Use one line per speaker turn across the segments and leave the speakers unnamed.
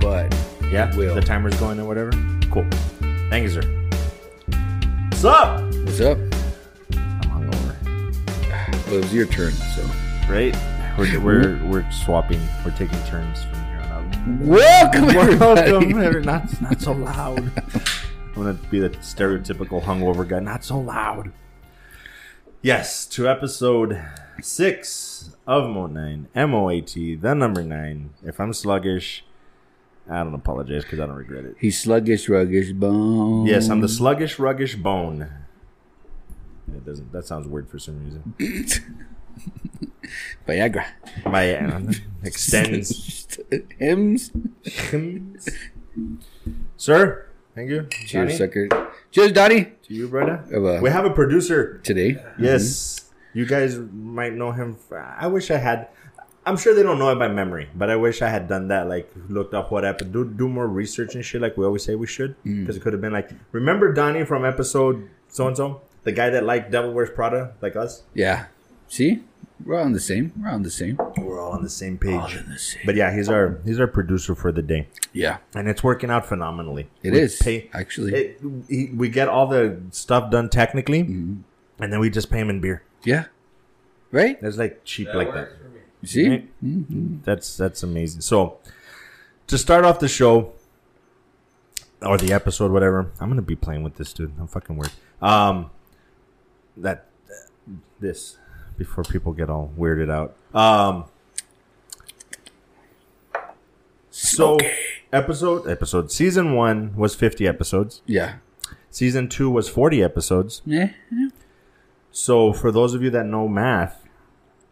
but
Yeah,
it will.
the timer's going or whatever. Cool. Thank you, sir. What's up?
What's up?
I'm hungover.
Well, it was your turn, so.
Right? We're, we're, we're swapping. We're taking turns from here on out.
Welcome,
Welcome,
everybody.
every- not, not so loud. I'm gonna be the stereotypical hungover guy. Not so loud. Yes, to episode six of Mo Nine, M O A T, the number nine. If I'm sluggish, I don't apologize because I don't regret it.
He's sluggish, ruggish bone.
Yes, I'm the sluggish, ruggish bone. It doesn't. That sounds weird for some reason.
Viagra.
My uh, extends.
Hymns.
Sir, thank you. Johnny,
Cheers, sucker. Cheers, Donnie.
To you, brother.
Hello.
We have a Mm-hmm. producer.
Today.
Yes. You guys might know him. f- I wish I had. I'm sure they don't know it by memory, but I wish I had done that. Like, looked up what happened. Do, do more research and shit, like we always say we should. Because it could have been like, remember Donnie from episode so and so? The guy that liked Devil Wears Prada, like us?
Yeah. See? We're all on the same. We're all on the same.
We're all on the same page.
the same.
But yeah, he's our he's our producer for the day,
Yeah.
and it's working out phenomenally.
It
We
is.
pay-
actually.
it, he, we get all the stuff done technically,
Mm-hmm.
and then we just pay him in beer.
yeah. Right?
It's like cheap like that.
You See?
Right? That's that's amazing. So to start off the show or the episode, whatever, I'm gonna be playing with this dude. I'm fucking weird. Um, that this before people get all weirded out. Um. So episode episode season one was 50 episodes.
Yeah.
Season two was 40 episodes.
Eh.
So, for those of you that know math,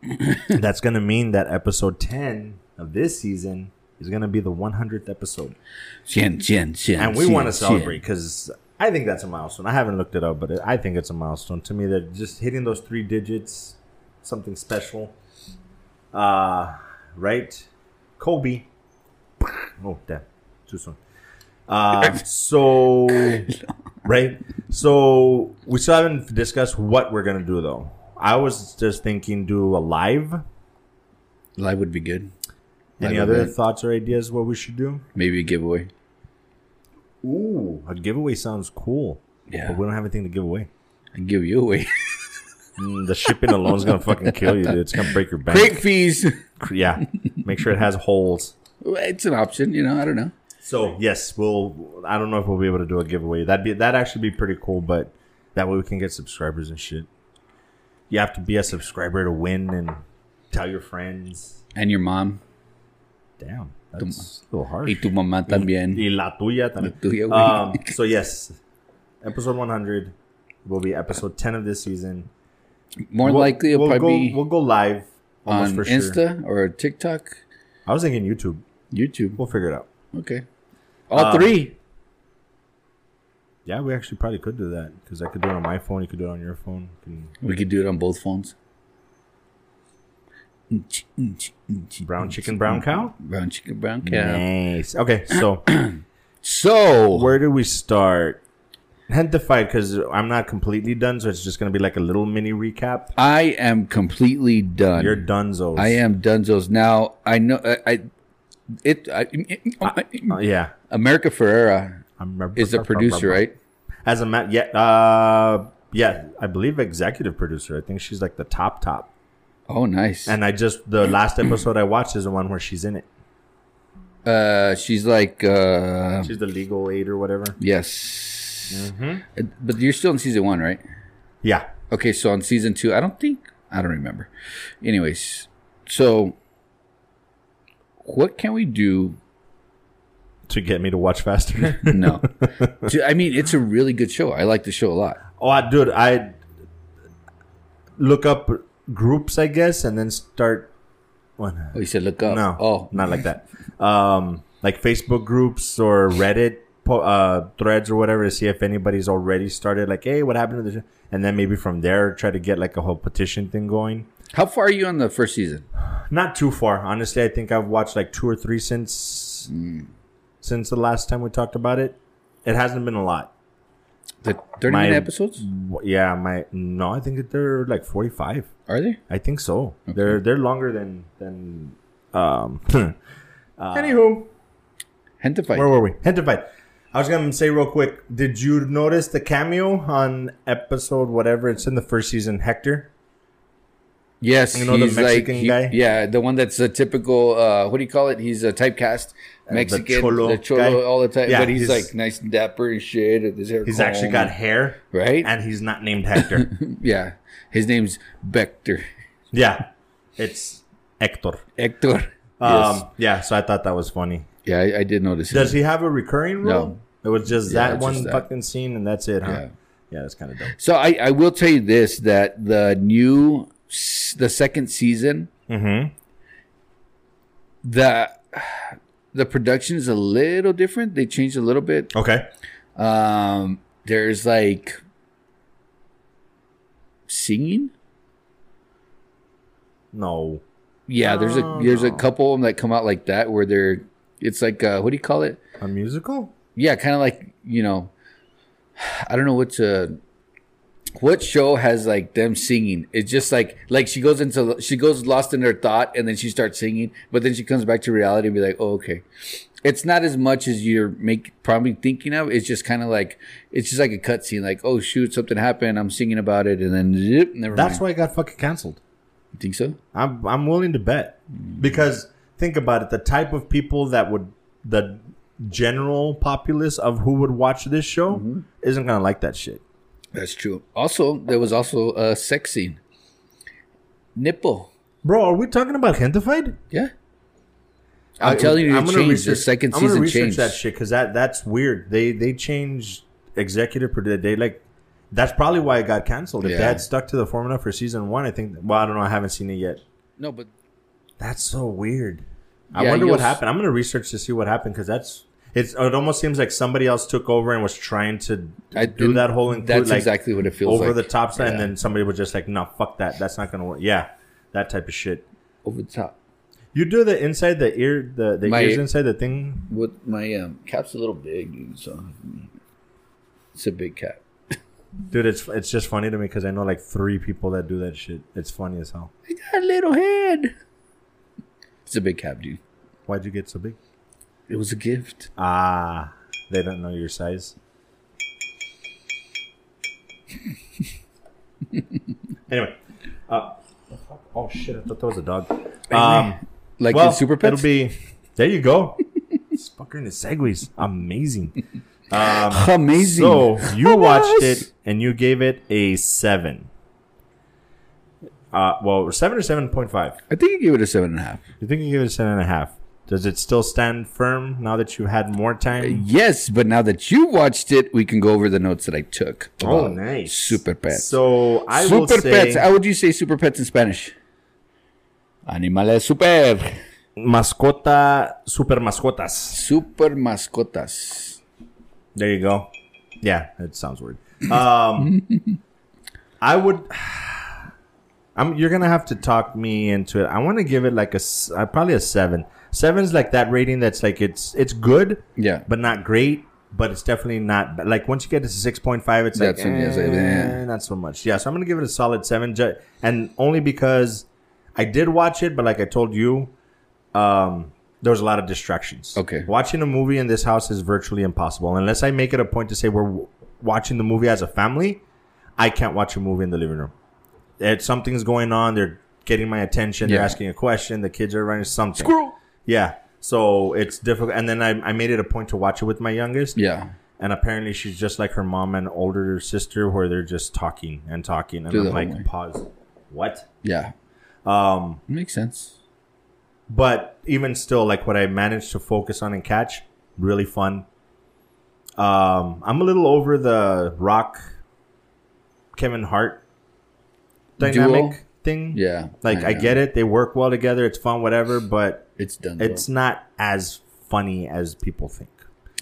that's going to mean that episode 10 of this season is going to be the 100th episode.
Chin, chin, chin.
And we
chin,
want to
chin.
celebrate because I think that's a milestone. I haven't looked it up, but I think it's a milestone. To me, that just hitting those three digits, something special. Uh, right? Kobe. Oh, damn. Too soon. Uh, so, right? So, we still haven't discussed what we're going to do, though. I was just thinking do a live.
Live would be good.
Any
Live
other
event.
thoughts or ideas what we should do?
Maybe a giveaway.
Ooh, a giveaway sounds cool.
Yeah.
But we don't have anything to give away.
I give you away.
Mm, the shipping alone is gonna fucking kill you, dude. It's gonna break your bank.
Break fees.
Cr- Yeah, make sure it has holes.
It's an option, you know. I don't know.
So yes, we'll. I don't know if we'll be able to do a giveaway. That'd be that actually be pretty cool, but that way we can get subscribers and shit. You have to be a subscriber to win and tell your friends.
And your mom.
Damn, that's a little hard.
Y tu mamá también.
Y la tuya también.
tuya, güey.
um, so yes, episode 100 will be episode 10 of this season.
More likely, it'll
we'll go,
probably
we'll go live
be on
almost for sure.
Insta or TikTok,
I was thinking YouTube.
YouTube.
We'll figure it out.
Okay. All
Uh,
three.
Yeah, we actually probably could do that because I could do it on my phone. You could do it on your phone. You can-
We could do it on both phones. Inch, inch, inch,
Brown chicken,
mm.
brown cow.
Brown chicken, brown cow.
Nice. Okay, so
So,
where do we start? Hentified because I'm not completely done, so it's just gonna be like a little mini recap.
I am completely done.
You're donezo.
Mm. I am Dunzos. Now, I know. I. I it, I,
Uh, yeah,
America Ferrera
I'm
is the producer, right?
As a ma- yeah, uh, yeah, I believe executive producer. I think she's like the top top.
Oh, nice.
And I just the last episode I watched is the one where she's in it.
Uh, she's like, uh,
She's the legal aid or whatever.
yes.
Mm-hmm.
Uh, But you're still in season one, right?
Yeah,
Okay, so on season two, I don't think, I don't remember. Anyways, so what can we do?
to get me to watch faster.
No. Do- I mean, it's a really good show. I like the show a lot.
Oh, I, dude, I look up groups, I guess, and then start. What?
Oh, you said look up.
No,
Oh,
not like that. Um, like Facebook groups or Reddit po- uh, threads or whatever to see if anybody's already started. Like, hey, what happened to the? Show? And then maybe from there try to get like a whole petition thing going.
How far are you on the first season?
Not too far, honestly. I think I've watched like two or three since since the last time we talked about it. It hasn't been a lot.
The 30
My-
minute episodes?
W- Yeah, my no, I think that they're like forty five.
Are they?
I think so. They're they're longer than than. Um,
Anywho. Henta fight.
Where were we? Hint of fight. I was gonna say real quick. Did you notice the cameo on episode whatever? It's in the first season. Hector.
Yes,
You know the
he's like
Mexican
he-
guy?
yeah, the one that's a typical uh, what do you call it? He's a typecast Mexican, the cholo,
Uh, cholo guy.
all the time,
Yeah,
but he's,
he's-
like nice and dapper and shit. With his hair
He's
combed
actually got
and-
hair,
right.
and he's not named Hector.
yeah, his name's Bector
yeah, it's Hector.
Hector.
Um,
yes.
Yeah, so I thought that was funny.
Yeah, I, I did notice.
Does
him.
he have a recurring
No.
role? It was just
Yeah,
that
it's
one
just that.
fucking scene, and that's it, huh?
Yeah.
Yeah, that's kind of dope.
So I, I will tell you this that the new s- the second season
Mm-hmm.
the the production is a little different. They changed a little bit.
Okay.
Um, there's like singing.
No.
Yeah, there's a
Oh,
there's a
no.
couple of them that come out like that where they're it's like uh, what do you call it?
A musical?
Yeah, kind of like you know, I don't know what to. What show has like them singing? It's just like like she goes into she goes lost in her thought and then she starts singing, but then she comes back to reality and be like, oh okay. It's not as much as you're make probably thinking of. It's just kind of like it's just like a cutscene, like oh shoot, something happened. I'm singing about it, and then zip, never
That's
mind.
why it got fucking canceled.
You think so.
I'm I'm willing to bet because think about it. The type of people that would the general populace of who would watch this show
Mm-hmm.
isn't gonna like that shit.
That's true. Also, there was also a sex scene, nipple.
Bro, are we talking about Hentified?
Yeah. I'm telling you, it changed. The second
I'm gonna
season
research
changed.
that shit because that that's weird. They they changed executive per day. Like that's probably why it got canceled. If
Yeah.
they had stuck to the formula for season one, I think. Well, I don't know. I haven't seen it yet.
No, but
That's so weird. I
Yeah,
wonder what
you'll s-
happened. I'm gonna research to see what happened because that's it's. It almost seems like somebody else took over and was trying to
I
do that whole include
That's
like
exactly what it feels
over
like.
the top side,
Yeah.
and then somebody was just like, "No, fuck that. That's not gonna work." Yeah, that type of shit.
over the top.
You do the inside the ear, the the
My-
ears inside the thing.
With my um, cap's a little big, dude. So it's a big cap.
Dude, it's it's just funny to me because I know like three people that do that shit. It's funny as hell.
I got a little head. It's a big cap, dude.
Why'd you get so big?
It was a gift.
Ah, they don't know your size. anyway, uh, oh shit! I thought that was a dog. Um,
Like
well,
in Super Pets.
it'll be. There you go. this fucker in the segues, amazing. Um,
amazing.
So you watched
Yes.
it and you gave it a seven. Uh, well, seven or seven point five.
I think you gave it a seven and a half.
You think you gave it a seven and a half? Does it still stand firm now that you had more time?
Yes, but now that you watched it, we can go over the notes that I took.
Oh,
about
nice.
Super Pets.
So I will
super
say
Pets. How would you say Super Pets in Spanish? Animales super.
mascota, super mascotas.
Super mascotas.
There you go. Yeah, that sounds weird. Um, I would. I'm, you're gonna have to talk me into it. I want to give it like a s- uh, probably a seven. Seven's like that rating that's like it's it's good,
Yeah.
but not great. But it's definitely not but, like once you get to six point five, it's
That's
like,
when it's like,
eh,
eh.
not so much. Yeah, so I'm gonna give it a solid seven, ju- and only because I did watch it, but like I told you, um, there was a lot of distractions.
Okay.
watching a movie in this house is virtually impossible unless I make it a point to say we're w- watching the movie as a family. I can't watch a movie in the living room. It, something's going on. They're getting my attention. They're
Yeah.
asking a question. The kids are running something.
Squirrel.
Yeah. So it's difficult. And then I, I made it a point to watch it with my youngest.
Yeah.
And apparently she's just like her mom and older sister where they're just talking and talking. And
Do the
I'm like,
homework.
pause. What?
Yeah.
Um,
Makes sense.
but even still, like what I managed to focus on and catch, really fun. Um, I'm a little over the rock Kevin Hart dynamic
Duo?
thing.
Yeah.
Like I,
know.
get it. They work well together. It's fun, whatever. But
It's done.
it's not as funny as people think.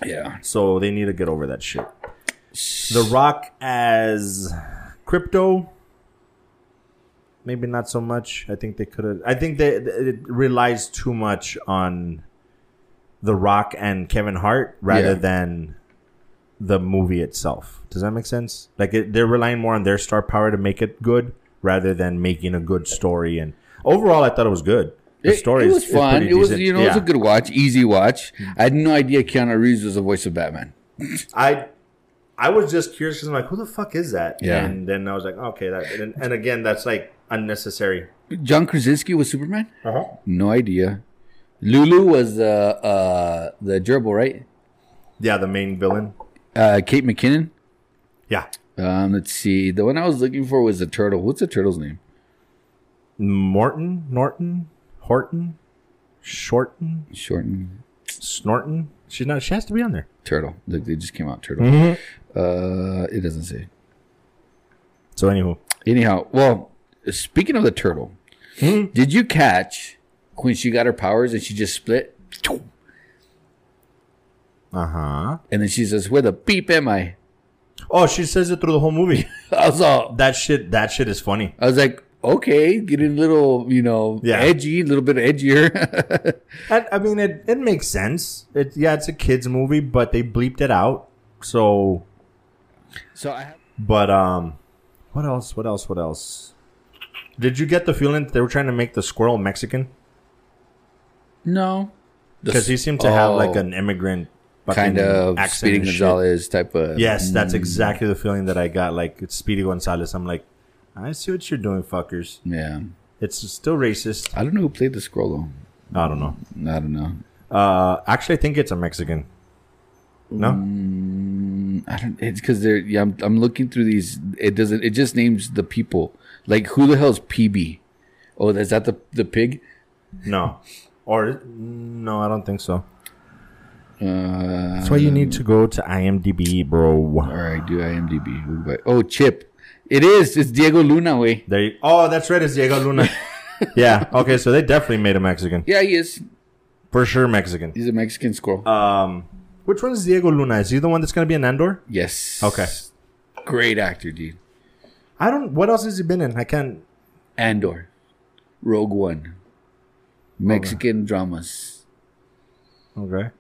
yeah.
So they need to get over that shit. The Rock as crypto, maybe not so much. I think they could have. I think they it relies too much on The Rock and Kevin Hart rather
Yeah.
than the movie itself. Does that make sense? Like it, they're relying more on their star power to make it good rather than making a good story. And overall, I thought it was good. The
It-
story
it
is-
was
is
fun.
pretty
It was
decent.
you know it was
Yeah. Mm-hmm.
a good watch, easy watch. I had no idea Keanu Reeves was the voice of Batman.
I I was just curious because I'm like, who the fuck is that?
Yeah.
And then I was like, okay, that and, and again, that's like unnecessary.
John Krasinski was Superman.
Uh-huh.
No idea. Lulu was the uh, the gerbil, right?
Yeah, the main villain.
Uh, Kate McKinnon.
Yeah.
Um, let's see. The one I was looking for was the turtle. What's the turtle's name?
Morton, Norton, Horton, Shorten,
Shorten
Snorton. She's not. She has to be on there.
turtle. Look, they just came out turtle.
Mm-hmm.
Uh, it doesn't say.
So anywho,
Anyhow, well, speaking of the turtle, did you catch when she got her powers and she just split?
uh huh.
And then she says, "Where the beep am I?"
Oh, she says it through the whole movie.
I was all,
that shit. That shit is funny.
I was like, "Okay, getting a little, you know,
Yeah.
edgy, a little bit edgier."
I, I mean, it, it makes sense. It yeah, it's a kids movie, but they bleeped it out. So,
so I have
but um, what else? What else? What else? Did you get the feeling that they were trying to make the squirrel Mexican?
no
Because he seemed to have like
Oh.
an immigrant fucking
kind of
accent
Speedy
and shit.
Gonzalez type of
Yes, that's exactly the feeling that I got. Like it's Speedy Gonzalez. I'm like, I see what you're doing, fuckers.
yeah.
It's still racist.
I don't know who played the scroll
I don't know.
though. I don't know.
Uh, actually, I think it's a Mexican. No,
Mm. I don't. It's because they're. Yeah, I'm, I'm looking through these. It doesn't. It just names the people. Like who the hell's PB? Oh, is that the the pig?
no, or no, I don't think so.
Uh,
That's why you need to go to IMDb,
all
bro.
right, do IMDb. Who do I- Oh, Chip. It is. It's Diego Luna. Way.
There. You, oh, that's right. It's Diego Luna. yeah. Okay. So they definitely made a Mexican
Yeah, he is.
for sure. Mexican.
He's a Mexican squirrel.
Um, which one's Diego Luna? Is he the one that's gonna be in Andor?
yes.
Okay.
Great actor, dude.
I don't. What else has he been in? I can't.
Andor, Rogue One, Mexican dramas.
Okay.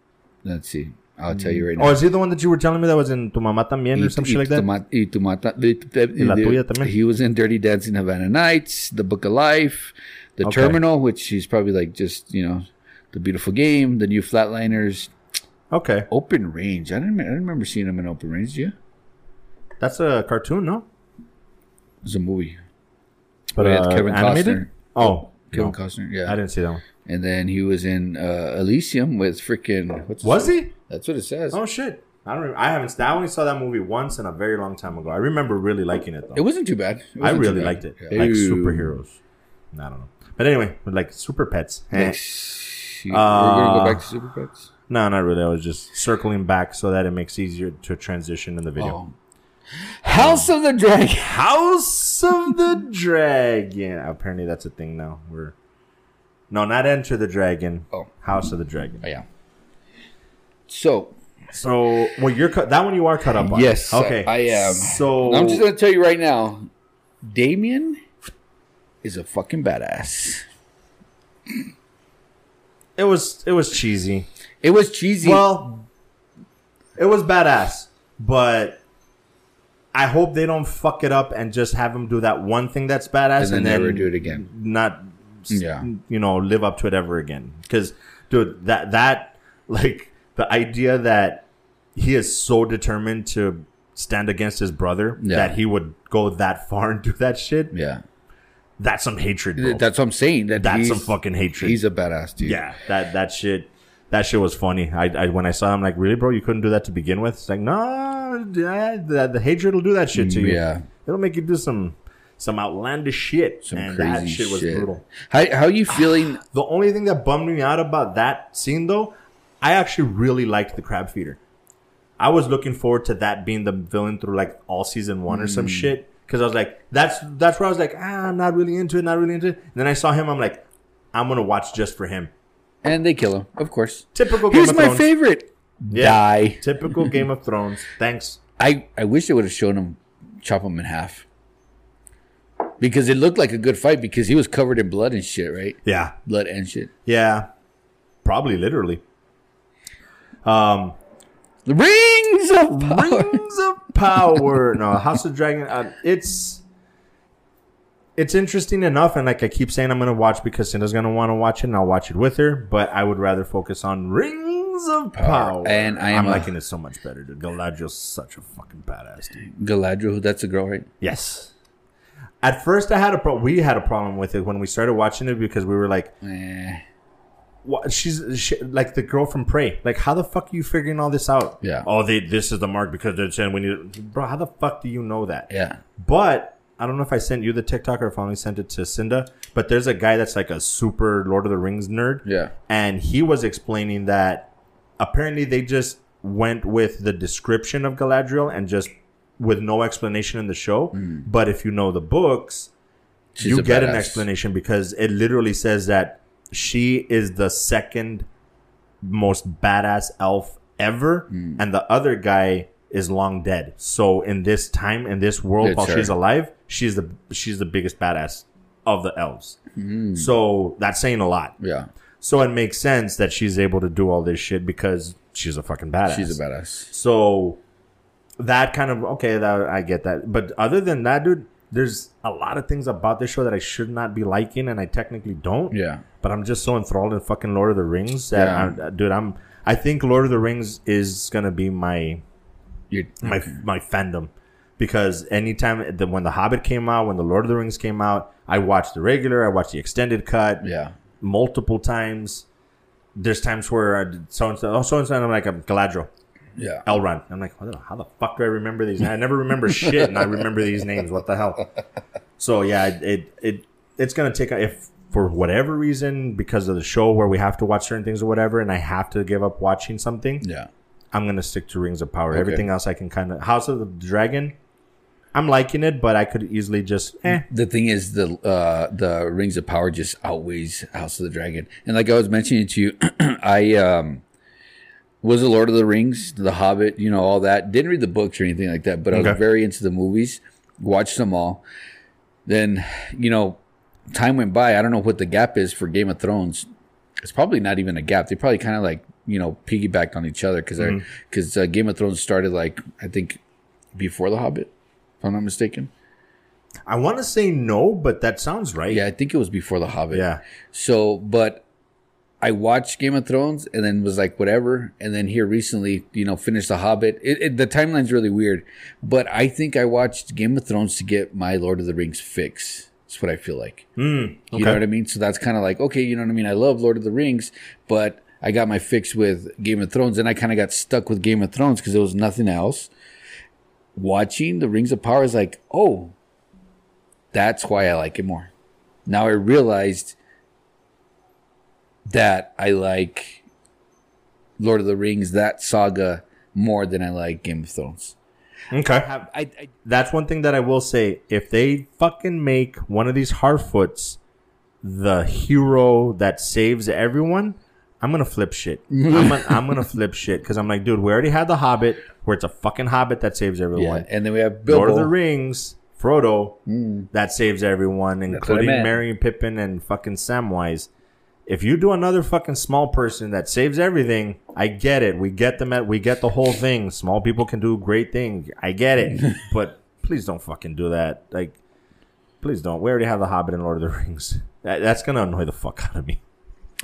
Let's see. I'll tell you right now.
Oh, is he the one that you were telling me that was in Tu Mamá También or
Y-
some
y
shit like that?
tu ma- y tu mata- y tu- y
la
tu-
tuya también.
He was in Dirty Dancing Havana Nights, The Book of Life, The
Okay.
Terminal, which he's probably like just, you know, The Beautiful Game, The New Flatliners,
Okay.
Open Range. I don't, I don't remember seeing him in Open Range, do you?
That's a cartoon, no?
It was a movie.
But uh,
Yeah, it's Kevin Costner.
Oh, no.
Kevin Costner,
I
yeah.
didn't see that one.
And then he was in uh, Elysium with freaking. what's his-
Was he?
That's what it says.
Oh shit! I don't. Remember. I haven't. I only saw that movie once in a very long time ago. I remember really liking it though.
It wasn't too bad.
I
It wasn't too
really
bad.
liked it.
Yeah.
Like
Ew.
superheroes. I don't know. But anyway, with, like super pets. Eh.
Yes. We're
Uh,
gonna go back to Super Pets.
No, not really. I was just circling back so that it makes easier to transition in the video.
Oh. House of the Dragon.
House of the Dragon. Apparently, that's a thing now. We're no, not Enter the Dragon.
Oh.
House of the Dragon.
Oh, yeah. So
So, well, you're cut. That one you are cut up on.
yes,
Okay.
I am.
So
I'm just gonna tell you right now, Damien is a fucking badass.
it was it was cheesy.
It was cheesy.
Well, it was badass, but I hope they don't fuck it up and just have him do that one thing that's badass
and then never do it again.
not s-
Yeah.
you know live up to it ever again because dude that that like the idea that he is so determined to stand against his brother
Yeah.
that he would go that far and do that shit
Yeah,
that's some hatred bro.
that's what I'm saying. That
that's
he's,
some fucking hatred
He's a badass dude.
yeah that that shit that shit was funny I, I when i saw him like really bro you couldn't do that to begin with it's like no that, that, the hatred will do that shit to you
yeah.
it'll make you do some some outlandish shit
Some
and
crazy
that shit was brutal
How how you feeling?
The only thing that bummed me out about that scene, though, I actually really liked the crab feeder. I was looking forward to that being the villain through like all season one or some
Mm.
shit. Because I was like, that's that's where I was like, ah, I'm not really into it, not really into it. And then I saw him, I'm like, I'm gonna watch just for him.
and they kill him, of course.
Typical Game
Here's
of
my
Thrones.
favorite.
Yeah.
Die.
Typical Game of Thrones. Thanks.
I, I wish they would have shown him chop him in half. Because it looked like a good fight because he was covered in blood and shit, right?
Yeah,
Blood and shit.
yeah, probably literally. Um,
The rings of power.
Rings of Power. No, House of Dragon. Uh, it's it's interesting enough, and like I keep saying, I'm gonna watch because Cinda's gonna want to watch it, and I'll watch it with her. But I would rather focus on Rings of Power.
And I am
I'm
a-
liking it so much better. Dude. Galadriel's such a fucking badass, dude.
Galadriel, that's a girl, right?
Yes. At first, I had a pro- we had a problem with it when we started watching it because we were like,
Eh,
what, she's she, like the girl from Prey. Like, how the fuck are you figuring all this out?
Yeah.
Oh, they this is the mark because they're saying we need. Bro, how the fuck do you know that?
yeah.
But I don't know if I sent you the TikTok or if I only sent it to Cinda. But there's a guy that's like a super Lord of the Rings nerd.
Yeah.
And he was explaining that apparently they just went with the description of Galadriel and just with no explanation in the show.
Hmm.
But if you know the books,
She's
you
a
get an
badass.
explanation because it literally says that she is the second most badass elf ever,
Hmm.
and the other guy is long dead. So in this time, in this world,
It's
while
her.
she's alive, she's the she's the biggest badass of the elves.
Hmm.
So that's saying a lot.
Yeah.
So it makes sense that she's able to do all this shit because she's a fucking badass.
She's a badass.
So that kind of okay, that I get that. But other than that, dude, there's a lot of things about this show that I should not be liking, and I technically don't.
Yeah.
But I'm just so enthralled in fucking Lord of the Rings that,
Yeah.
I, dude, I'm. I think Lord of the Rings is gonna be my
You're,
my my fandom because anytime the, when the Hobbit came out, when the Lord of the Rings came out, I watched the regular, I watched the extended cut,
yeah.
multiple times. There's times where so and so, oh so and so, and I'm like, I'm Galadriel.
Yeah.
Elrond. I'm like, what the- how the fuck do I remember these? I never remember shit, and I remember these names. What the hell? So yeah, it it, it it's gonna take a- if for whatever reason because of the show where we have to watch certain things or whatever, and I have to give up watching something.
Yeah.
I'm gonna stick to Rings of Power. Everything else I can kind of House of the Dragon. I'm liking it, but I could easily just eh.
the thing is the uh the rings of power just outweighs house of the dragon and like i was mentioning to you i um was the lord of the rings the hobbit you know all that didn't read the books or anything like that but i
Okay.
was very into the movies watched them all then you know time went by i don't know what the gap is for game of thrones it's probably not even a gap they probably kind of like you know piggybacked on each other because because uh, game of thrones started like i think before the hobbit if i'm not mistaken
I want to say no, but that sounds right.
yeah i think it was before the hobbit
yeah.
so, but I watched Game of Thrones and then was like, whatever. And then here recently, you know, finished The Hobbit. It, it, the timeline's really weird, but I think I watched Game of Thrones to get my Lord of the Rings fix. That's what I feel like.
Mm, okay.
You know what I mean? So that's kind of like, okay, you know what I mean? I love Lord of the Rings, but I got my fix with Game of Thrones and I kind of got stuck with Game of Thrones because there was nothing else. Watching The Rings of Power is like, oh, that's why I like it more. Now I realized that I like Lord of the Rings, that saga, more than I like Game of Thrones.
okay.
I, I,
that's one thing that I will say. If they fucking make one of these Harfoots the hero that saves everyone, I'm gonna flip shit. I'm gonna, I'm gonna flip shit because I'm like, dude, we already had the Hobbit, where it's a fucking Hobbit that saves everyone.
yeah. And then we have
Lord
Bilbo.
of the Rings, Frodo,
Hmm.
that saves everyone,
what I
including
meant.
Merry Pippin and fucking Samwise. If you do another fucking small person that saves everything, I get it. We get them at we get the whole thing. Small people can do great things. I get it. but please don't fucking do that. Like please don't. We already have the Hobbit and Lord of the Rings. That, that's gonna annoy the fuck out of me.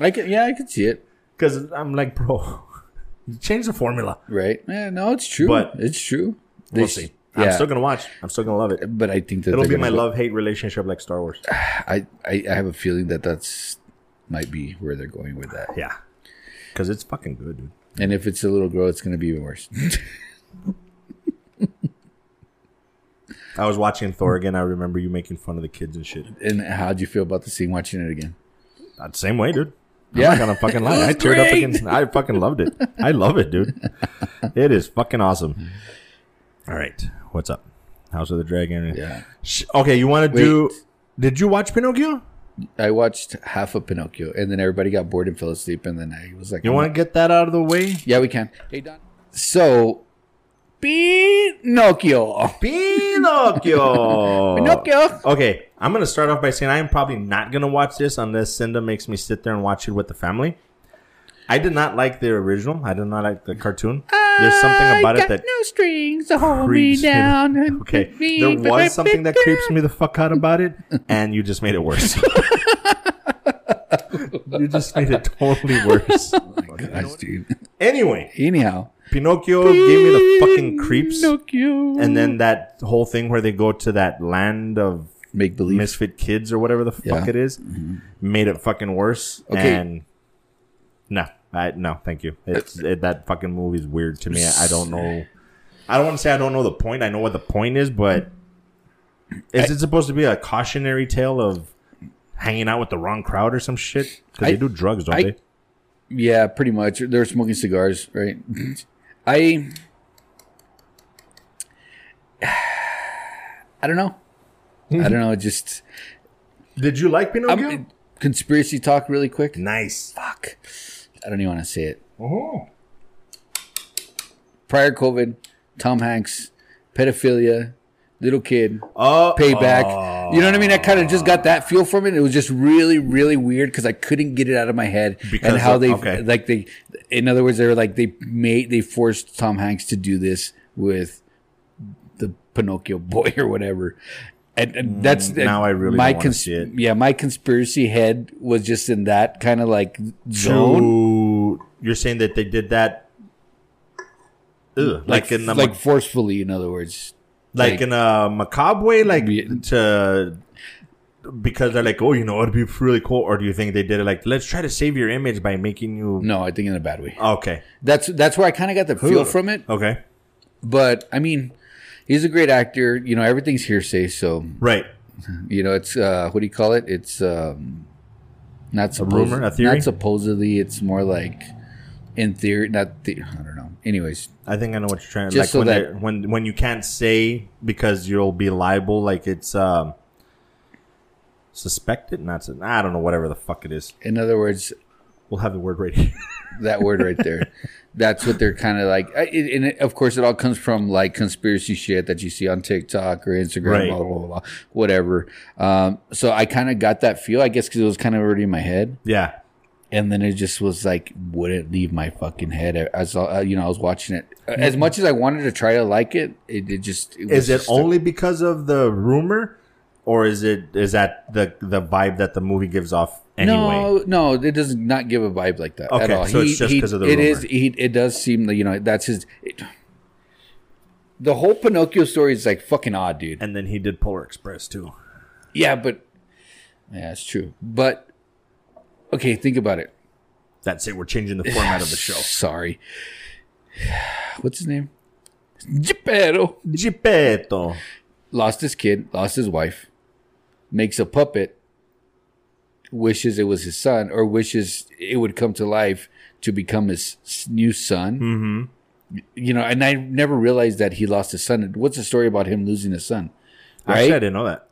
I can, yeah, I can see it.
Cause I'm like, bro, change the formula.
Right? Yeah, no, it's true.
But-
it's true. They
We'll
sh-
see.
Yeah,
I'm still gonna watch. I'm still gonna love it.
but I think that
It'll
they're
be
gonna
my
go-
love hate relationship like Star Wars.
I, I, I have a feeling that that's might be where they're going with that.
Yeah. Because it's fucking good, dude.
And if it's a little girl, it's going to be even worse.
I was watching Thor again. I remember you making fun of the kids and shit.
and how'd you feel about the scene watching it again?
That same way, dude. I'm
Yeah.
not gonna fucking lie. I
It was
teared up
great.
again. I fucking loved it. I love it, dude. It is fucking awesome. All right. What's up? House of the Dragon.
Yeah.
Sh- Okay, you want to do. Did you watch Pinocchio?
I watched half of Pinocchio, and then everybody got bored and fell asleep, and then I was like,
You want to get that out of the way?
Yeah, we can. Hey, Don. So, Pinocchio.
Pinocchio.
Pinocchio.
Okay, I'm gonna start off by saying I am probably not gonna watch this unless Cinda makes me sit there and watch it with the family. I did not like the original. I did not like the cartoon. There's something about it
got
that
no strings to hold me
creeps me the-
down. and
Okay,
pick me,
there
pick me,
was something
pick
that
me
creeps me the fuck out about it, and you just made it worse. you just made it totally worse.
Gosh, dude.
Anyway,
Anyhow,
Pinocchio gave me the fucking creeps,
Pinocchio.
and then that whole thing where they go to that land of
make believe.
misfit kids or whatever the fuck
Yeah. Mm-hmm.
it is, made it fucking worse.
Okay.
And no, I, no, thank you. It's it, that fucking movie's weird to me. I don't know. I don't want to say I don't know the point. I know what the point is, but is it supposed to be a cautionary tale of hanging out with the wrong crowd or some shit? Because
I-
they do drugs, don't
I-
they?
Yeah, pretty much. They're smoking cigars, right? I I don't know. I don't know. it Just
Did you like
I'm,
Pinocchio?
conspiracy talk, really quick.
nice.
Fuck. I don't even want to say it.
Oh.
Prior COVID, Tom Hanks, pedophilia, little kid,
Oh,
payback. You know what I mean? I kind of just got that feel from it. It was just really, really weird because I couldn't get it out of my head.
Because
and how
of-
they
okay.
like they, in other words, they were like they made they forced Tom Hanks to do this with the Pinocchio boy or whatever. And, and that's
Mm, now I really
my
don't wanna see it.
yeah my conspiracy head was just in that kind of like zone
to, you're saying that they did that Ugh, like, in the
like forcefully in other words
like,
like-
in a macabre way like
Be-
to because they're like oh you know it'd be really cool or do you think they did it like let's try to save your image by making you
no I think in a bad way
okay
that's that's where I kind of got the feel from it
okay
but I mean, he's a great actor. You know, everything's hearsay, so
right
you know it's uh, what do you call it? It's um, not supposed,
rumor? A theory?
Not supposedly. It's more like in theory. Not the, I don't know. Anyways,
I think I know what you're trying.
Just
like
so
when
that-
they're- when when you can't say because you'll be liable. Like it's um, suspected, not su- I don't know whatever the fuck it is.
in other words,
We'll have the word right here.
that word right there. That's what they're kind of like. I- It, and it, of course, it all comes from like conspiracy shit that you see on TikTok or Instagram,
Right.
blah, blah, blah, blah, whatever. Um, so I kind of got that feel, I guess, because it was kind of already in my head.
yeah,
and then it just was like wouldn't leave my fucking head as uh, you know I was watching it Uh, as much as I wanted to try to like it it, it just it
is
was
it
just a-
only because of the rumor, or is it is that the the vibe that the movie gives off anyway?
No, no, it does not give a vibe like that at
Okay,
all.
so it's just 'cause of the
It is.
rumor.
He, it does seem that you know that's his. It, the whole Pinocchio story is like fucking odd, dude.
And then he did Polar Express too.
Yeah, but yeah, it's true. But okay, think about it.
That's it. We're changing the format of the show.
Sorry, what's his name? Geppetto.
Geppetto.
lost his kid, lost his wife, makes a puppet, wishes it was his son, or wishes it would come to life to become his s- new son. Mm-hmm. You know, and I never realized that he lost his son. What's the story about him losing his son?
Actually, I
Right?
didn't know that.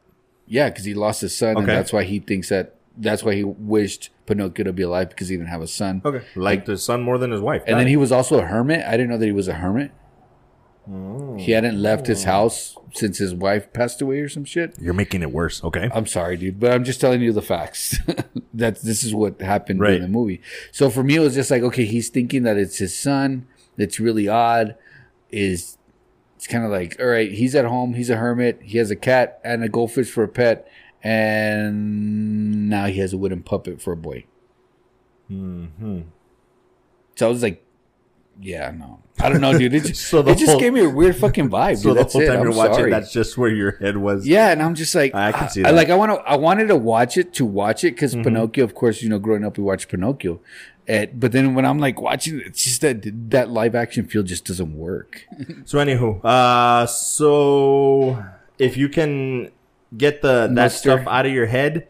Yeah, because he lost his son, and
Okay.
that's why he thinks that. That's why he wished Pinocchio to be alive because he didn't have a son.
Okay, liked his son more than his wife.
And then he was also a hermit. I didn't know that he was a hermit.
Oh.
He hadn't left
Hmm.
his house since his wife passed away or some shit.
You're making it worse. Okay.
I'm sorry, dude, but I'm just telling you the facts. that this is what happened
Right.
in the movie. So for me, it was just like, okay, he's thinking that it's his son. That's really odd. Is it's kind of like, all right, he's at home. He's a hermit. He has a cat and a goldfish for a pet, and now he has a wooden puppet for a boy.
hmm
So I was like, yeah, no, I don't know, dude. It just,
So the
it just
whole-
gave me a weird fucking vibe.
So
dude.
the
That's
whole
it.
time
I'm
you're watching,
sorry.
that's just where your head was.
Yeah, and I'm just like,
I can see
I,
that. Mm-hmm.
like I want to, I wanted to watch it to watch it because Pinocchio, of course, you know, growing up we watched Pinocchio, and, but then when I'm like watching, it, it's just that that live action feel just doesn't work.
So anywho, uh, so if you can get the that
Muster.
stuff out of your head,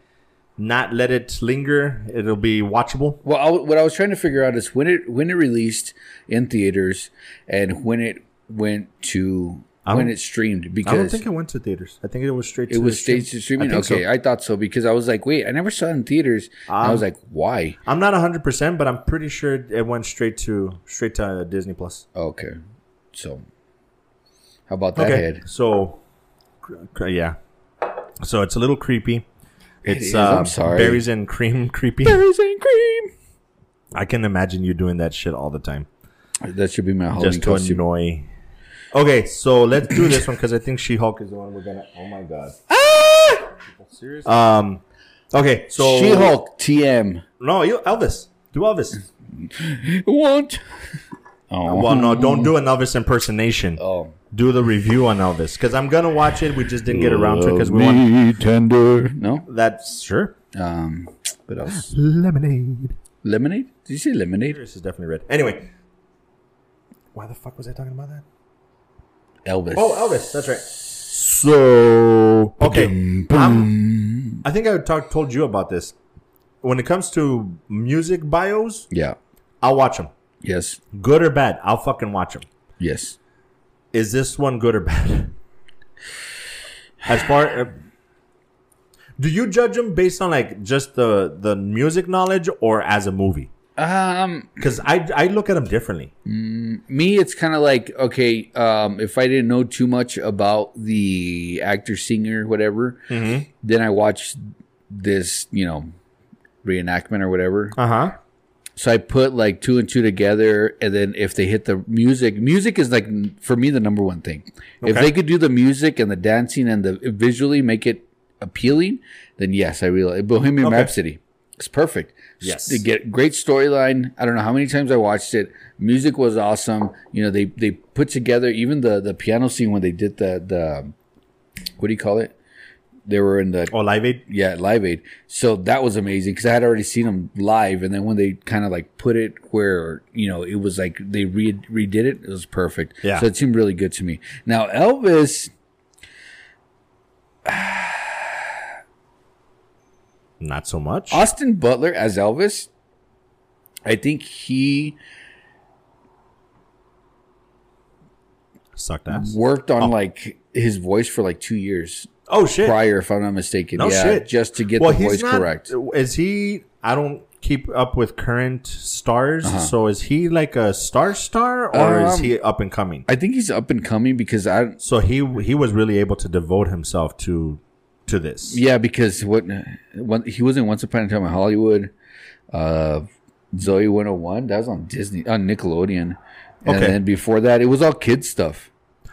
not let it linger, it'll be watchable.
Well, I, what I was trying to figure out is when it when it released in theaters and when it went to
I
when
don't-
it streamed
I don't
because
think it went to theaters. I think it was straight.
it was stage to streaming.
I think so.
okay, I thought so because I was like, wait, I never saw it in theaters. And I was
Um,
like, why?
I'm not 100, percent but I'm pretty sure it went straight to straight to uh, Disney Plus.
Okay, so how about that head?
So, cr- cr- yeah. So it's a little creepy. It's
is,
uh,
I'm sorry.
berries and cream creepy.
Berries and cream.
I can imagine you doing that shit all the time.
That should be my Halloween
just to
costume.
annoy. Okay, so let's do this one because I think She Hulk is the one we're gonna. Oh my god.
Ah!
Seriously. Um. Okay, so
She Hulk TM.
No, you Elvis. Do Elvis.
What? Oh.
Well, no, don't do an Elvis impersonation.
Oh.
Do the review on Elvis because I'm gonna watch it. We just didn't get around to it because we
Love
want
me tender. No.
that's sure.
Um. What else?
Lemonade.
Lemonade? Did you say lemonade?
This is definitely red. Anyway, why the fuck was I talking about that?
Elvis.
Oh, Elvis. That's right.
So
Okay. I'm- I think I talk, told you about this. When it comes to music bios,
Yeah.
I'll watch them.
Yes.
Good or bad, I'll fucking watch them.
Yes.
Is this one good or bad? As far uh, do you judge them based on like just the the music knowledge or as a movie?
Um.
Because I I look at them differently.
me it's kind of like okay um, if i didn't know too much about the actor singer whatever then i watched this you know reenactment or whatever
Uh huh.
so i put like two and two together and then if they hit the music music is like n- for me the number one thing if
Okay.
they could do the music and the dancing and the visually make it appealing then yes i realize bohemian
Okay.
rhapsody it's perfect
Yes.
they get great storyline. I don't know how many times I watched it. Music was awesome. You know, they they put together even the the piano scene when they did the the um, what do you call it? They were in the
Or Live Aid.
yeah Live Aid, so that was amazing because I had already seen them live, and then when they kind of like put it where you know it was like they re- redid it, it was perfect.
Yeah.
so it seemed really good to me. Now Elvis,
Not so much.
Austin Butler as Elvis, I think he
Sucked ass.
worked on like his voice for like two years
Oh shit.
prior, if I'm not mistaken.
No
yeah,
shit.
just to get
well,
the
he's
voice
not,
correct.
Is he? I don't keep up with current stars. So is he like a star star or is
Uh-huh. Um,
he up and coming?
I think he's up and coming because I
So he he was really able to devote himself to to this.
yeah because what when, he was in Once Upon a Time in Hollywood, uh, Zoe 101 that was on Disney on Nickelodeon, and
Okay.
then before that it was all kid stuff,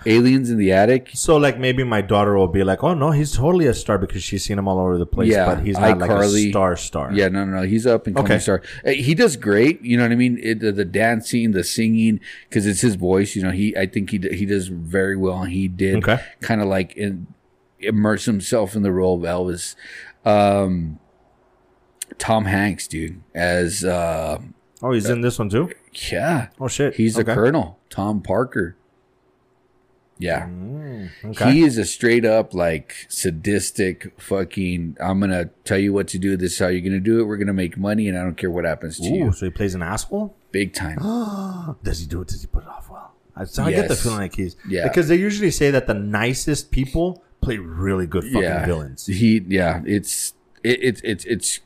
Aliens in the Attic.
So like maybe my daughter will be like, "Oh no, he's totally a star because she's seen him all over the place,
Yeah,
but he's not like
iCarly.
a star star."
Yeah, no, no, no. He's up and coming
Okay.
star. Uh, He does great. You know what I mean? It, the, the dancing, the singing, because it's his voice. You know, he. I think he d- he does very well, and he did
Okay.
kind of like in, immerse himself in the role of Elvis. Um, Tom Hanks, dude, as uh,
Oh, he's in this one too.
yeah,
Oh shit,
he's the
okay.
colonel, Tom Parker. Yeah.
Mm, Okay.
He is a straight up like sadistic fucking. I'm gonna tell you what to do. This is how you're gonna do it. We're gonna make money, and I don't care what happens to
Ooh,
you.
so he plays an asshole.
Big time.
Does he do it? Does he put it off well? I, so I get the
Yes.
feeling like he's
Yeah.
because they usually say that the nicest people play really good fucking
yeah,
villains.
He yeah. It's it, it's it's it's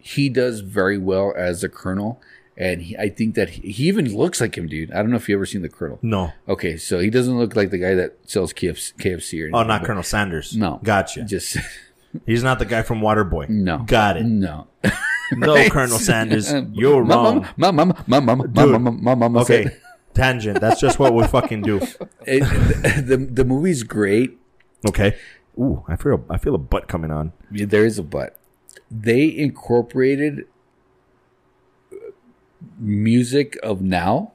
he does very well as a colonel, and he, I think that he, he even looks like him, dude. I don't know if you ever seen the colonel.
No,
Okay, so he doesn't look like the guy that sells KFC. KFC
oh,
or anything,
not
but
Colonel Sanders.
No.
gotcha.
Just
He's not the guy from Waterboy.
no.
got it.
No.
No, Colonel Sanders, you're
Um, My
wrong.
mama- My mama, my mama, my
Dude.
mama, my mama said-
Okay, tangent. That's just what we fucking do.
it, the the movie's great.
Okay. Ooh, I feel I feel a butt coming on.
There is a but. They incorporated uh, music of now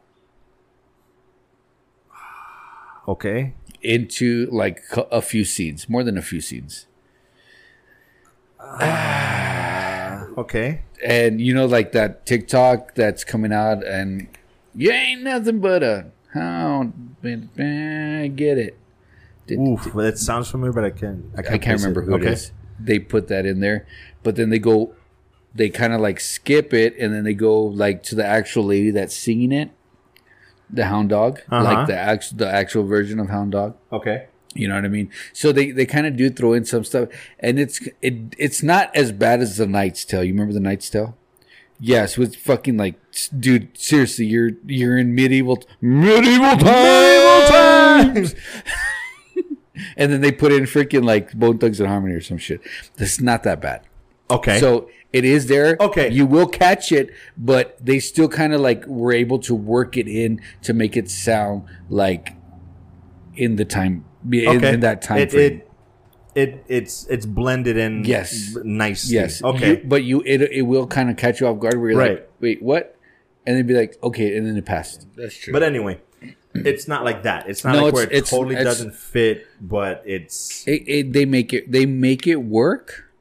Okay.
into like c- a few scenes, more than a few scenes. Uh,
Okay.
And you know, like that TikTok that's coming out, and you ain't nothing but a hound. I get it.
Oof, well, that sounds familiar, but I can't. I can't,
I can't
place
remember
it.
who
okay.
it is. They put that in there, but then they go, they kind of like skip it, and then they go like to the actual lady that's singing it, the hound dog,
Uh-huh.
like the actual the actual version of hound dog.
Okay.
You know what I mean? So they, they kind of do throw in some stuff, and it's it it's not as bad as the Knight's Tale. You remember the Knight's Tale? Yes, with fucking like, s- dude. Seriously, you're you're in medieval medieval times. and then they put in freaking like Bone Thugs and Harmony or some shit. That's not that bad.
Okay.
So it is there.
Okay.
You will catch it, but they still kind of like were able to work it in to make it sound like in the time in, in that time
it,
frame.
It, it it's it's blended in
Yes.
nicely.
yes.
Okay.
You- but you it it will kind of catch you off guard where you're
Right.
like, wait, what? And then be like, okay, and then it passed. That's true.
but anyway, it's not like that. It's not
No,
like
it's-
where it
it's-
totally
it's-
doesn't fit, but it's
it, it, they make it they make it work.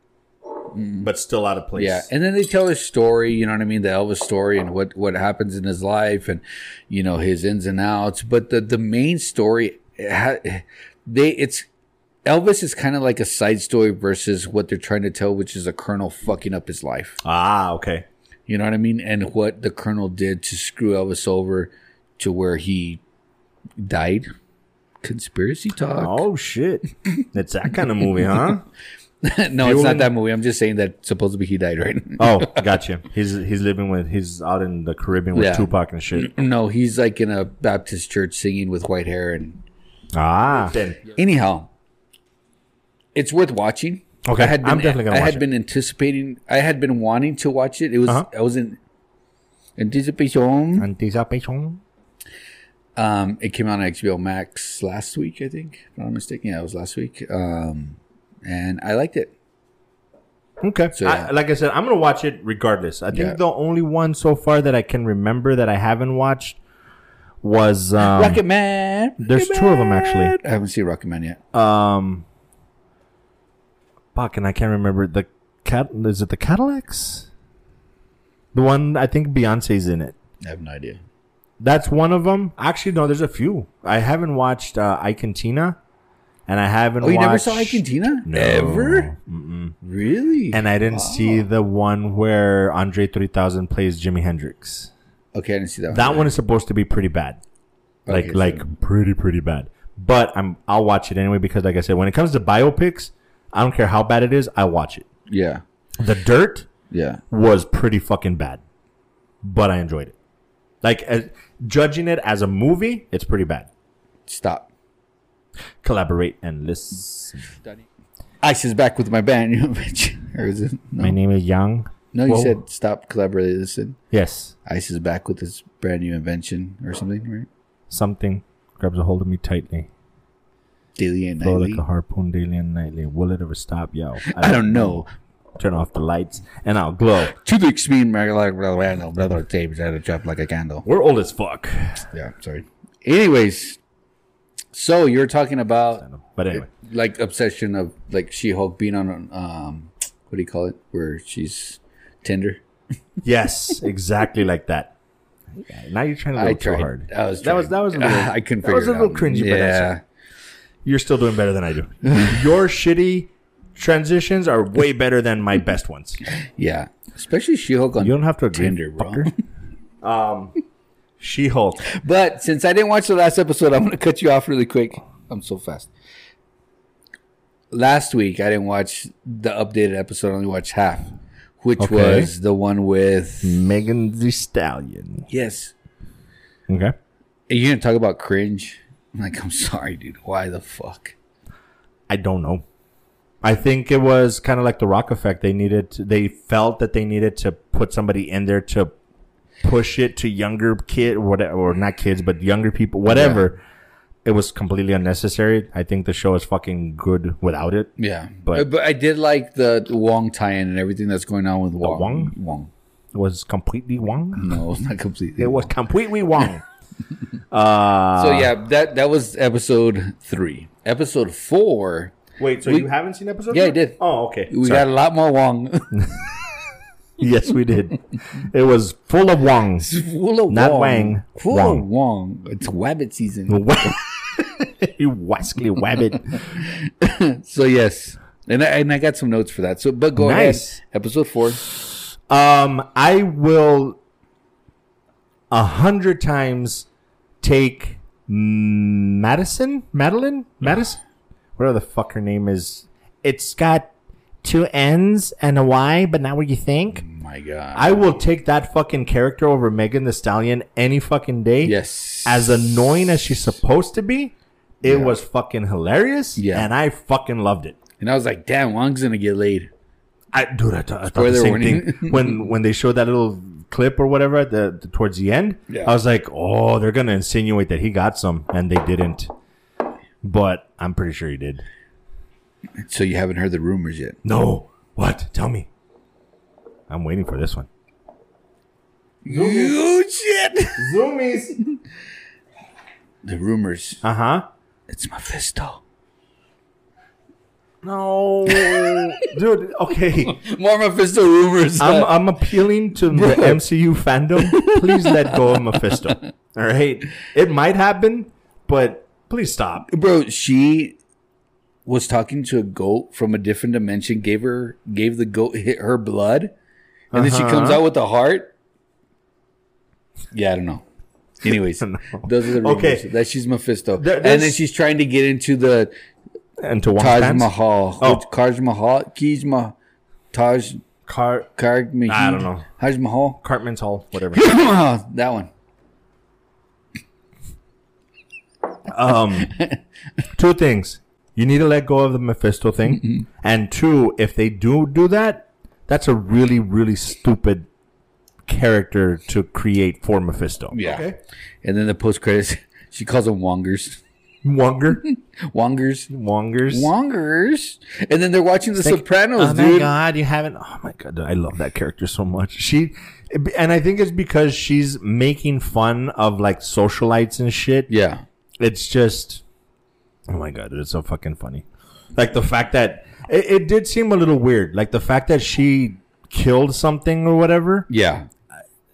but still out of place.
Yeah, and then they tell his story. You know what I mean? The Elvis story and what what happens in his life and you know his ins and outs. But the the main story, it ha- they it's Elvis is kind of like a side story versus what they're trying to tell, which is a colonel fucking up his life.
Ah, okay.
You know what I mean? And what the colonel did to screw Elvis over to where he died. Conspiracy talk.
Oh shit. It's that kind of movie, huh?
no, it's
Fueling-
not that movie. I'm just saying that supposedly he died, right?
Oh, gotcha. He's he's living with he's out in the Caribbean with
Yeah.
Tupac and shit.
No, he's like in a Baptist church singing with white hair and
Ah.
anyhow it's worth watching
Okay,
i had been,
I'm definitely gonna
I
watch
had
it.
been anticipating i had been wanting to watch it it was
Uh-huh.
i was in anticipation
Anticipation.
um it came out on hbo max last week i think if i'm not mistaken yeah it was last week um and i liked it
Okay.
So, yeah.
I, like I said, I'm gonna watch it regardless. I think
Yeah.
the only one so far that I can remember that I haven't watched was um,
rocket man
there's two of 'em, actually.
i haven't seen rocket man yet
um fuck and i can't remember the cat is it the cadillacs the one i think beyonce's in it
i have no idea
that's one of them actually no there's a few i haven't watched uh icantina and i haven't
oh you never
watched-
saw argentina
No.
ever really
and i didn't see the one where andre 3000 plays jimi hendrix
okay i didn't see that,
that one is supposed to be pretty bad like
Okay, so-
like pretty pretty bad but i'm i'll watch it anyway because like i said when it comes to biopics i don't care how bad it is i watch it
yeah
the dirt
yeah
was pretty fucking bad, but I enjoyed it. Like as, judging it as a movie, it's pretty bad.
stop
Collaborate and listen.
Ice is back with my band, you know, bitch. Or is it? No,
My name is Young.
no you
Whoa.
said stop collaborating. Listen,
Yes,
Ice is back with his brand new invention or something, right?
something grabs a hold of me tightly,
Daily and
flow
nightly.
like a harpoon daily and nightly. Will it ever stop, yo?
I don't know.
turn off the lights and I'll glow.
To the extreme, I like brother, brother, tapes I had to drop like a candle.
We're old as fuck.
Yeah, sorry. Anyways, so you're talking about
But anyway,
like obsession of like She-Hulk being on um, what do you call it? Where she's Tinder.
yes, exactly like that. Now you're trying to go
I
too
tried.
hard.
I was
that was that
trying.
was a little,
I couldn't
that was a
figure it
little
out.
cringy, but that's
Yeah.
You're still doing better than I do. Your shitty transitions are way better than my best ones.
Yeah, especially She-Hulk on
You don't have to agree. Um,
Tinder, bro.
She Hulk.
but since I didn't watch the last episode, I'm gonna cut you off really quick. I'm so fast. Last week I didn't watch the updated episode. I only watched half, which
Okay.
was the one with
Megan the Stallion.
yes.
Okay.
And You're gonna talk about cringe. I'm like, I'm sorry, dude. Why the fuck?
I don't know. I think it was kind of like the Rock effect. They needed, to- they felt that they needed to put somebody in there to push it to younger kid, whatever, or not kids, but younger people, whatever. It was completely unnecessary. I think the show is fucking good without it.
Yeah, Uh,
But-
but but I did like the Wong tie-in and everything that's going on with Wong.
Wong?
Wong.
It was completely wrong.
No, it's not completely.
It was completely wrong.
so yeah, that that was episode three. Episode four.
Wait, so
We-
you haven't seen episode?
Yeah, I
one?
did.
Oh, okay.
We
Sorry.
got a lot more Wong.
yes, we did. it was full of wongs.
Full of
Not
Wong.
Wang,
Full of
Wong.
Wong. It's Wabbit season.
you wascally wabbit.
So yes, and I, and I got some notes for that. So but go
Nice.
ahead. Episode four.
Um, I will a hundred times take Madison, Madeline, Madison, whatever the fuck her name is. It's got two N's and a Y, but not what you think.
my God.
I will take that fucking character over Megan the Stallion any fucking day.
yes.
as annoying as she's supposed to be, it was fucking hilarious.
Yeah.
And I fucking loved it.
and I was like, damn, Wong's gonna get laid.
I, dude, I, thought I thought
Spoiler
the same
warning.
thing when when they showed that little clip or whatever at the, the- towards the end.
Yeah.
I was like, oh, they're gonna insinuate that he got some, and they didn't. But I'm pretty sure he did.
So you haven't heard the rumors yet.
No, what? Tell me. I'm waiting for this one.
You shit.
Zoomies.
The rumors.
Uh huh.
It's Mephisto.
No, dude. Okay,
More Mephisto rumors.
I'm I'm appealing to the MCU fandom. Please let go of Mephisto. All right, it might happen, but please stop.
bro she was talking to a goat from a different dimension gave her gave the goat hit her blood and then she comes
Uh-huh.
out with a heart yeah i don't know anyways
No.
those are the rumors
Okay.
that she's mephisto
There-
and then
there's-
she's trying to get into the
And to one
taj
pants?
mahal
Oh.
Which- taj mahal Kijma, taj
Car
Karg Mahid,
I don't know.
taj mahal
Cartman's Hall, whatever.
that one
Um, two things: you need to let go of the Mephisto thing, and two, if they do do that, that's a really, really stupid character to create for Mephisto.
yeah and then the post credits she calls them wongers
Wonger,
wongers
Wongers.
Wongers. And then they're watching The Sopranos,
oh my
dude.
god, you haven't. Oh my god, dude, I love that character so much. She, and I think it's because she's making fun of like socialites and shit.
Yeah.
it's just oh my god it's so fucking funny like the fact that it, it did seem a little weird like the fact that she killed something or whatever
Yeah.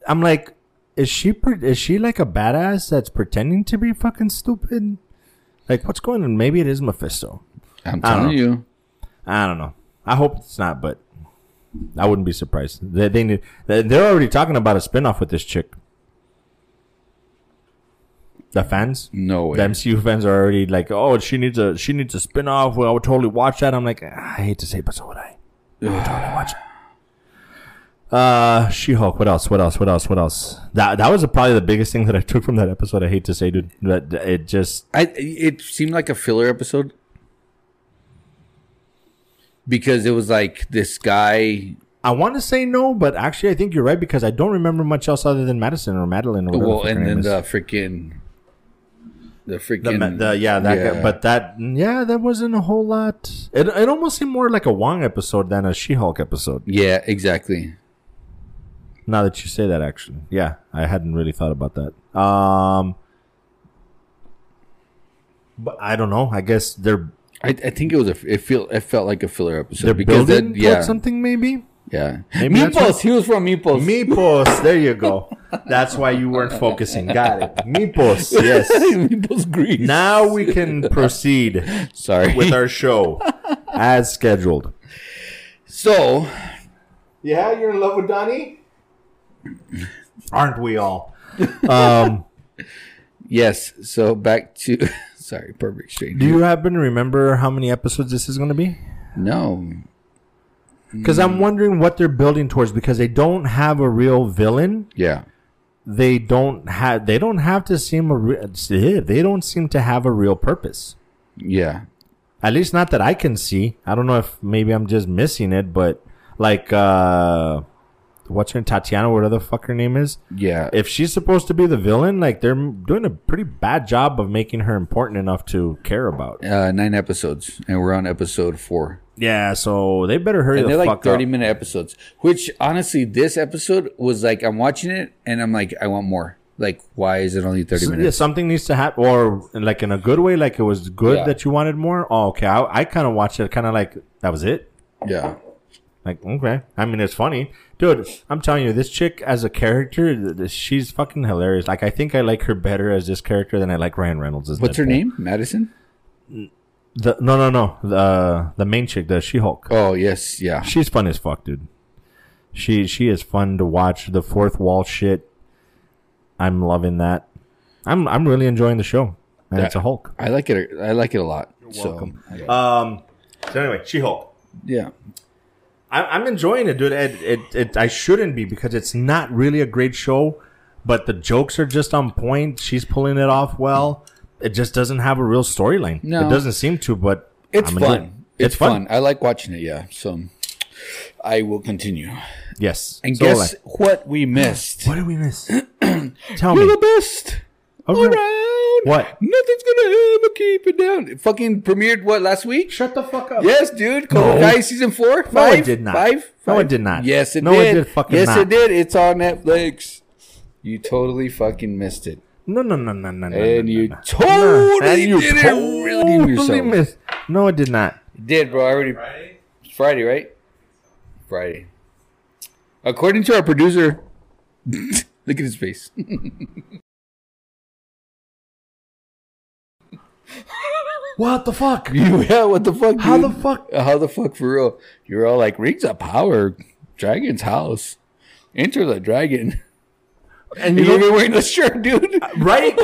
i'm like is she pre- is she like a badass that's pretending to be fucking stupid like what's going on maybe it is mephisto
I'm
I don't
telling you.
i don't know i hope it's not but i wouldn't be surprised they, they need they- they're already talking about a spin-off with this chick the fans
No way.
the MCU fans are already like, oh, she needs a she needs a spin off. Well, I would totally watch that. I'm like, "Ah, I hate to say, it, but so would I. I would totally watch it. Uh, She Hulk. What else? What else? What else? What else? That that was probably the biggest thing that I took from that episode. I hate to say, dude, but it just
I, it seemed like a filler episode because it was like this guy.
I want to say no, but actually, I think you're right because I don't remember much else other than Madison or Madeline or whatever.
Well,
the fuck her
and
name
then
is.
the freaking. The
The, ma-
freaking.
the- yeah, that Guy, but that yeah, that wasn't a whole lot. It it almost seemed more like a Wong episode than a She-Hulk episode.
Yeah, exactly.
Now that you say that, actually, yeah, I hadn't really thought about that. Um, but I don't know. I guess they're
I, I think it was a. It feel it felt like a filler episode
they're
because
building
that
towards
yeah
something maybe.
yeah
Maybe that's
meeples he was from meeples
Meepos, there you go. That's why you weren't focusing. Got it. Meepos, yes.
meeples Greece
Now we can proceed
sorry
with our show as scheduled.
so
Yeah, you're in love with Donnie. Aren't we all?
Yes. So back to sorry, perfect
Do
stranger.
you happen to remember how many episodes this is going to be?
No.
Because I'm wondering what they're building towards because they don't have a real villain.
Yeah.
They don't have they don't have to seem a re- they don't seem to have a real purpose.
Yeah.
At least not that I can see. I don't know if maybe I'm just missing it, but like uh what's her Tatiana, whatever the fuck her name is.
Yeah.
If she's supposed to be the villain, like they're doing a pretty bad job of making her important enough to care about.
uh, nine episodes, and we're on episode four.
Yeah, so they better hurry
And
the
they're like
fuck
thirty
up.
minute episodes. Which honestly, this episode was like I'm watching it, and I'm like, I want more. Like, why is it only thirty
So, yeah,
minutes?
something needs to happen, or like in a good way, like it was good
Yeah.
that you wanted more. Oh, okay. I, I kind of watched it, kind of like that was it.
Yeah.
Like, okay. I mean, it's funny, dude. I'm telling you, this chick as a character, th- th- she's fucking hilarious. Like, I think I like her better as this character than I like Ryan Reynolds as.
What's her
Deadpool.
name? Madison.
The, no, no, no. The the main chick, the She Hulk.
Oh yes, yeah.
She's fun as fuck, dude. She she is fun to watch. The fourth wall shit. I'm loving that. I'm I'm really enjoying the show, and it's a Hulk.
I like it. I like it a lot. so
welcome. Um. So anyway, She Hulk.
yeah.
I, I'm enjoying it, dude. It, it, it, I shouldn't be because it's not really a great show, but the jokes are just on point. She's pulling it off well. It just doesn't have a real storyline.
No.
It doesn't seem to, but
It's
I'm enjoying-
fun. It's, fun. I like watching it. Yeah. So I will continue.
Yes.
And
So,
guess
like,
what we missed?
what did we miss? Tell
You're
me.
the best
Okay.
around.
What?
Nothing's gonna ever keep it down. It fucking premiered what last week?
Shut the fuck up.
Yes, dude.
No.
Cobra Kai season four. Five.
it did not.
Five.
No, it
Five?
did not.
Yes, it
No, it
did.
did fucking
yes,
not.
it did. It's on Netflix. You totally fucking missed it,
No, no, no, no, no, no.
and
no,
you
no, no.
totally
And you
didn't redeem
totally
yourself.
missed. No, it did not.
Did bro? I already Friday. Friday, right? Friday. According to our producer, look at his face.
What the fuck?
yeah, what the fuck?
How the
dude?
fuck?
How the fuck for real? You're all like rings of power, dragon's house, enter the dragon.
And
You're
you
not
know,
even wearing the shirt, dude.
right?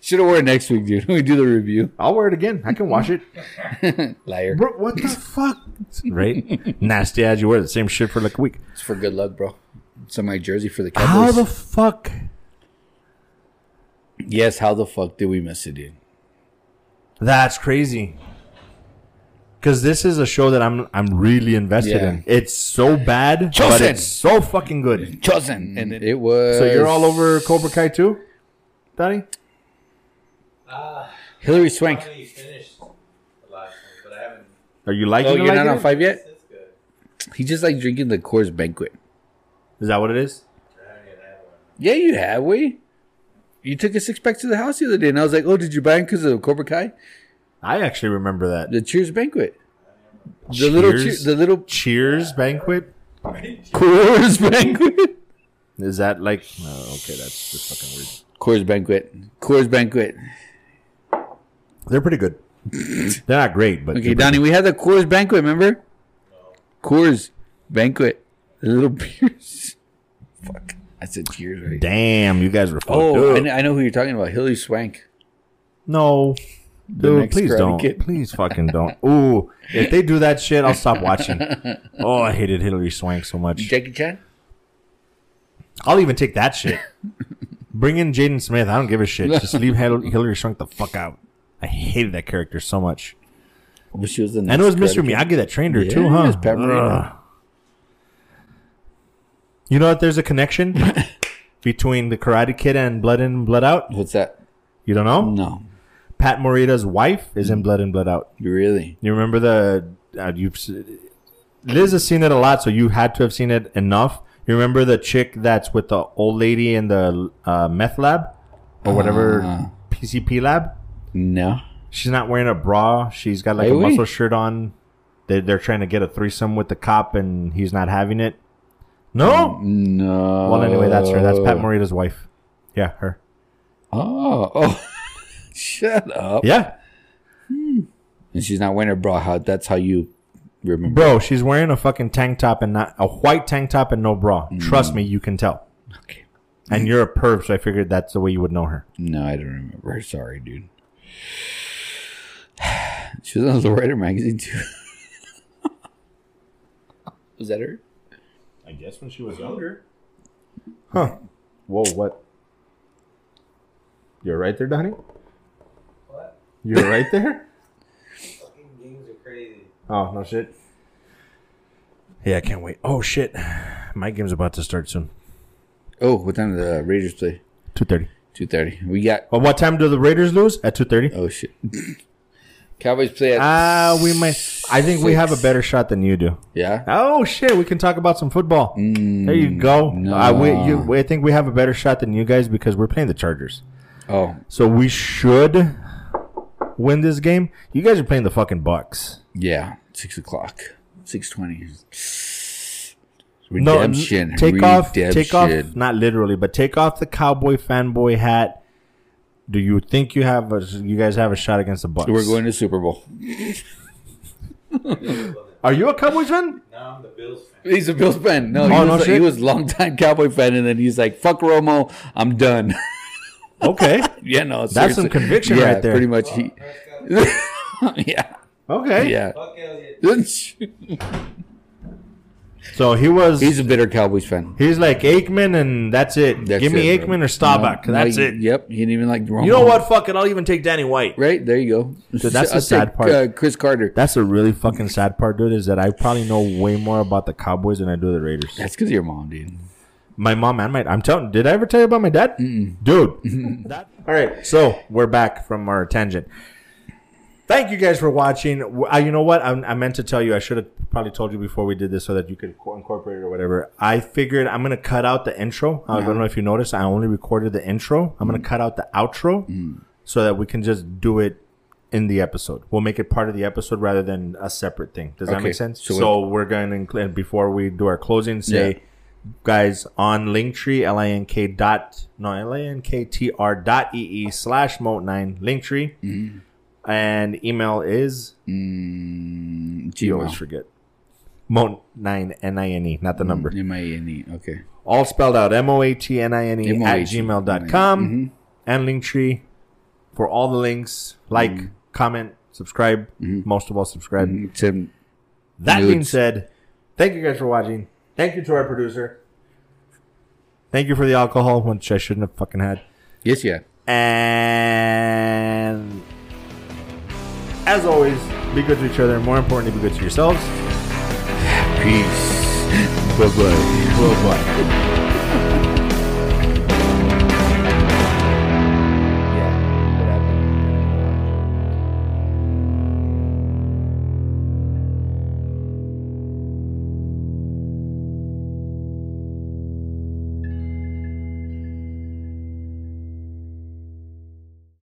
Should have worn it next week, dude. When we do the review.
I'll wear it again. I can wash it.
Liar.
Bro, what the fuck? Right? Nasty as you wear the same shit for like a week.
It's for good luck, bro. It's on my jersey for the Cowboys.
How the fuck?
yes, how the fuck did we miss it, dude?
That's crazy. Cause this is a show that I'm I'm really invested
Yeah.
in. It's so bad, but
Chosen.
it's so fucking good.
Chosen. And it, it was.
Mm. So you're all over Cobra Kai too, Donnie?
Hillary Swank.
finally finished the last one, but I haven't.
Are you liking
Oh,
it?
you're
liking
not on
it?
five yet?
It's good.
He just like drinking the Coors Banquet.
Is that what it is?
I haven't even had one.
Yeah, you have. We. You took a six pack to the house the other day, and I was like, "Oh, did you buy him because of Cobra Kai?"
I actually remember that.
The Cheers Banquet. The little, cheer,
Cheers?
the little
Cheers banquet.
Coors Banquet.
Is that like? Oh, okay, that's just fucking weird.
Coors Banquet. Coors Banquet.
They're pretty good. They're not great, but they're pretty-
Okay, Donnie, we had the Coors Banquet, remember? Coors Banquet. The little beers. Fuck. I said cheers, right?
Damn, you guys were fucked
Oh, I
up.
know, I know who you're talking about. Hillary Swank.
No. Dude,
next
please
Karate
don't.
Kid.
Please fucking don't. Ooh, if they do that shit, I'll stop watching. Oh, I hated Hillary Swank so much.
Jackie Chan?
I'll even take that shit. Bring in Jaden Smith. I don't give a shit. Just leave Hil- Hillary Swank the fuck out. I hated that character so much.
Well, she was the
And it was
next
Mr.
Karate Kid.
Miyagi that trained her too,
Yeah,
huh?
Miss Pepperoni.
Ugh. You know what? There's a connection between the Karate Kid and Blood In Blood Out.
What's that?
You don't know?
No.
Pat Morita's wife is in Blood In Blood Out.
Really?
You remember the uh, you've s- Liz has seen it a lot, so you had to have seen it enough. You remember the chick that's with the old lady in the uh, meth lab or whatever
Ah.
PCP lab.
No.
She's not wearing a bra. She's got like
Really?
a muscle shirt on. They, they're trying to get a threesome with the cop, and he's not having it.
Mm.
No.
No.
Well, anyway, that's her. That's Pat Morita's wife. Yeah, her.
Oh. Oh. Shut up.
Yeah,
And she's not wearing a bra. How, that's how you remember.
bro. She's wearing a fucking tank top and not a white tank top and no bra. Trust
Mm.
me, you can tell.
Okay.
And you're a perv, so I figured that's the way you would know her.
No, I don't remember. her. Sorry, dude. She was on the Writer magazine too. was that her?
I guess when she was younger. Huh. Whoa, what? You're right there, Donnie?
What?
You're right there?
Fucking games are crazy.
Oh, no shit. Yeah, I can't wait. Oh shit. My game's about to start soon.
Oh, what time did the Raiders play?
Two thirty.
Two thirty. We got.
Well, what time do the Raiders lose? At two thirty.
Oh shit. Cowboys play at.
Ah, we might I think we have a better shot than you do.
yeah.
Oh shit, we can talk about some football. there you go. I, we, you, I think we have a better shot than you guys because we're playing the Chargers.
Oh
So we should win this game. You guys are playing the fucking Bucks.
yeah. Six o'clock. Six twenty.
No,
Redemption.
take off, take off.
Redemption.
Not literally, but take off the cowboy fanboy hat. Do you think you have a, you guys have a shot against the Bucks?
We're going to Super Bowl.
Are you a Cowboys fan?
Now I'm the Bills fan.
He's a Bills fan. No,
Oh,
he,
no
was, he
shit.
was longtime Cowboy fan, and then he's like, "Fuck Romo, I'm done."
Okay,
yeah, no,
That's some
seriously.
conviction
yeah,
right there.
Pretty much, he.
Prescott,
yeah,
okay.
yeah.
Fuck Elliott.
Didn't you-
So he was.
He's
He's,
a bitter Cowboys fan.
like Aikman, and that's it.
That's
Give me
it, bro.
Aikman or Staubach.
No, no,
that's
you-
it.
Yep. He didn't even like Romo.
You know what? Fuck it. I'll even take Danny White.
Right there, you go.
Dude, that's the
I'll
sad
take,
part.
Uh, Chris Carter.
That's the really fucking sad part, dude. Is that I probably know way more about the Cowboys than I do the Raiders.
That's because your mom, dude.
My mom and my I'm telling. Did I ever tell you about my dad, dude? that, all right, so we're back from our tangent. Thank you guys for watching. W- Uh, you know what? I, I meant to tell you. I should have probably told you before we did this so that you could co- incorporate it or whatever. I figured I'm gonna cut out the intro. I don't know if you noticed. I only recorded the intro. I'm gonna cut out the outro so that we can just do it in the episode. We'll make it part of the episode rather than a separate thing. Does that
Okay,
make sense?
so
So,
we-
we're going to include before we do our closing. Say
Yeah.
guys on Linktree, L I N K dot, no, L I N K T R dot EE slash moat nine Linktree. And email is,
Mm,
you always
Gmail.
forget, moat nine N I N E, not the number.
M-I-N-E. E. Okay.
All spelled out M O A T N I N E Mm-hmm. at
M-O-A-T.
gmail dot com and Linktree for all the links. Like, comment, subscribe. Most of all, subscribe.
Tim,
That being
Nudes.
said, thank you guys for watching. Thank you to our producer. Thank you for the alcohol, which I shouldn't have fucking had.
yes, yeah.
And as always, be good to each other. and More importantly, be good to yourselves.
Peace. Bye-bye.
Bye bye.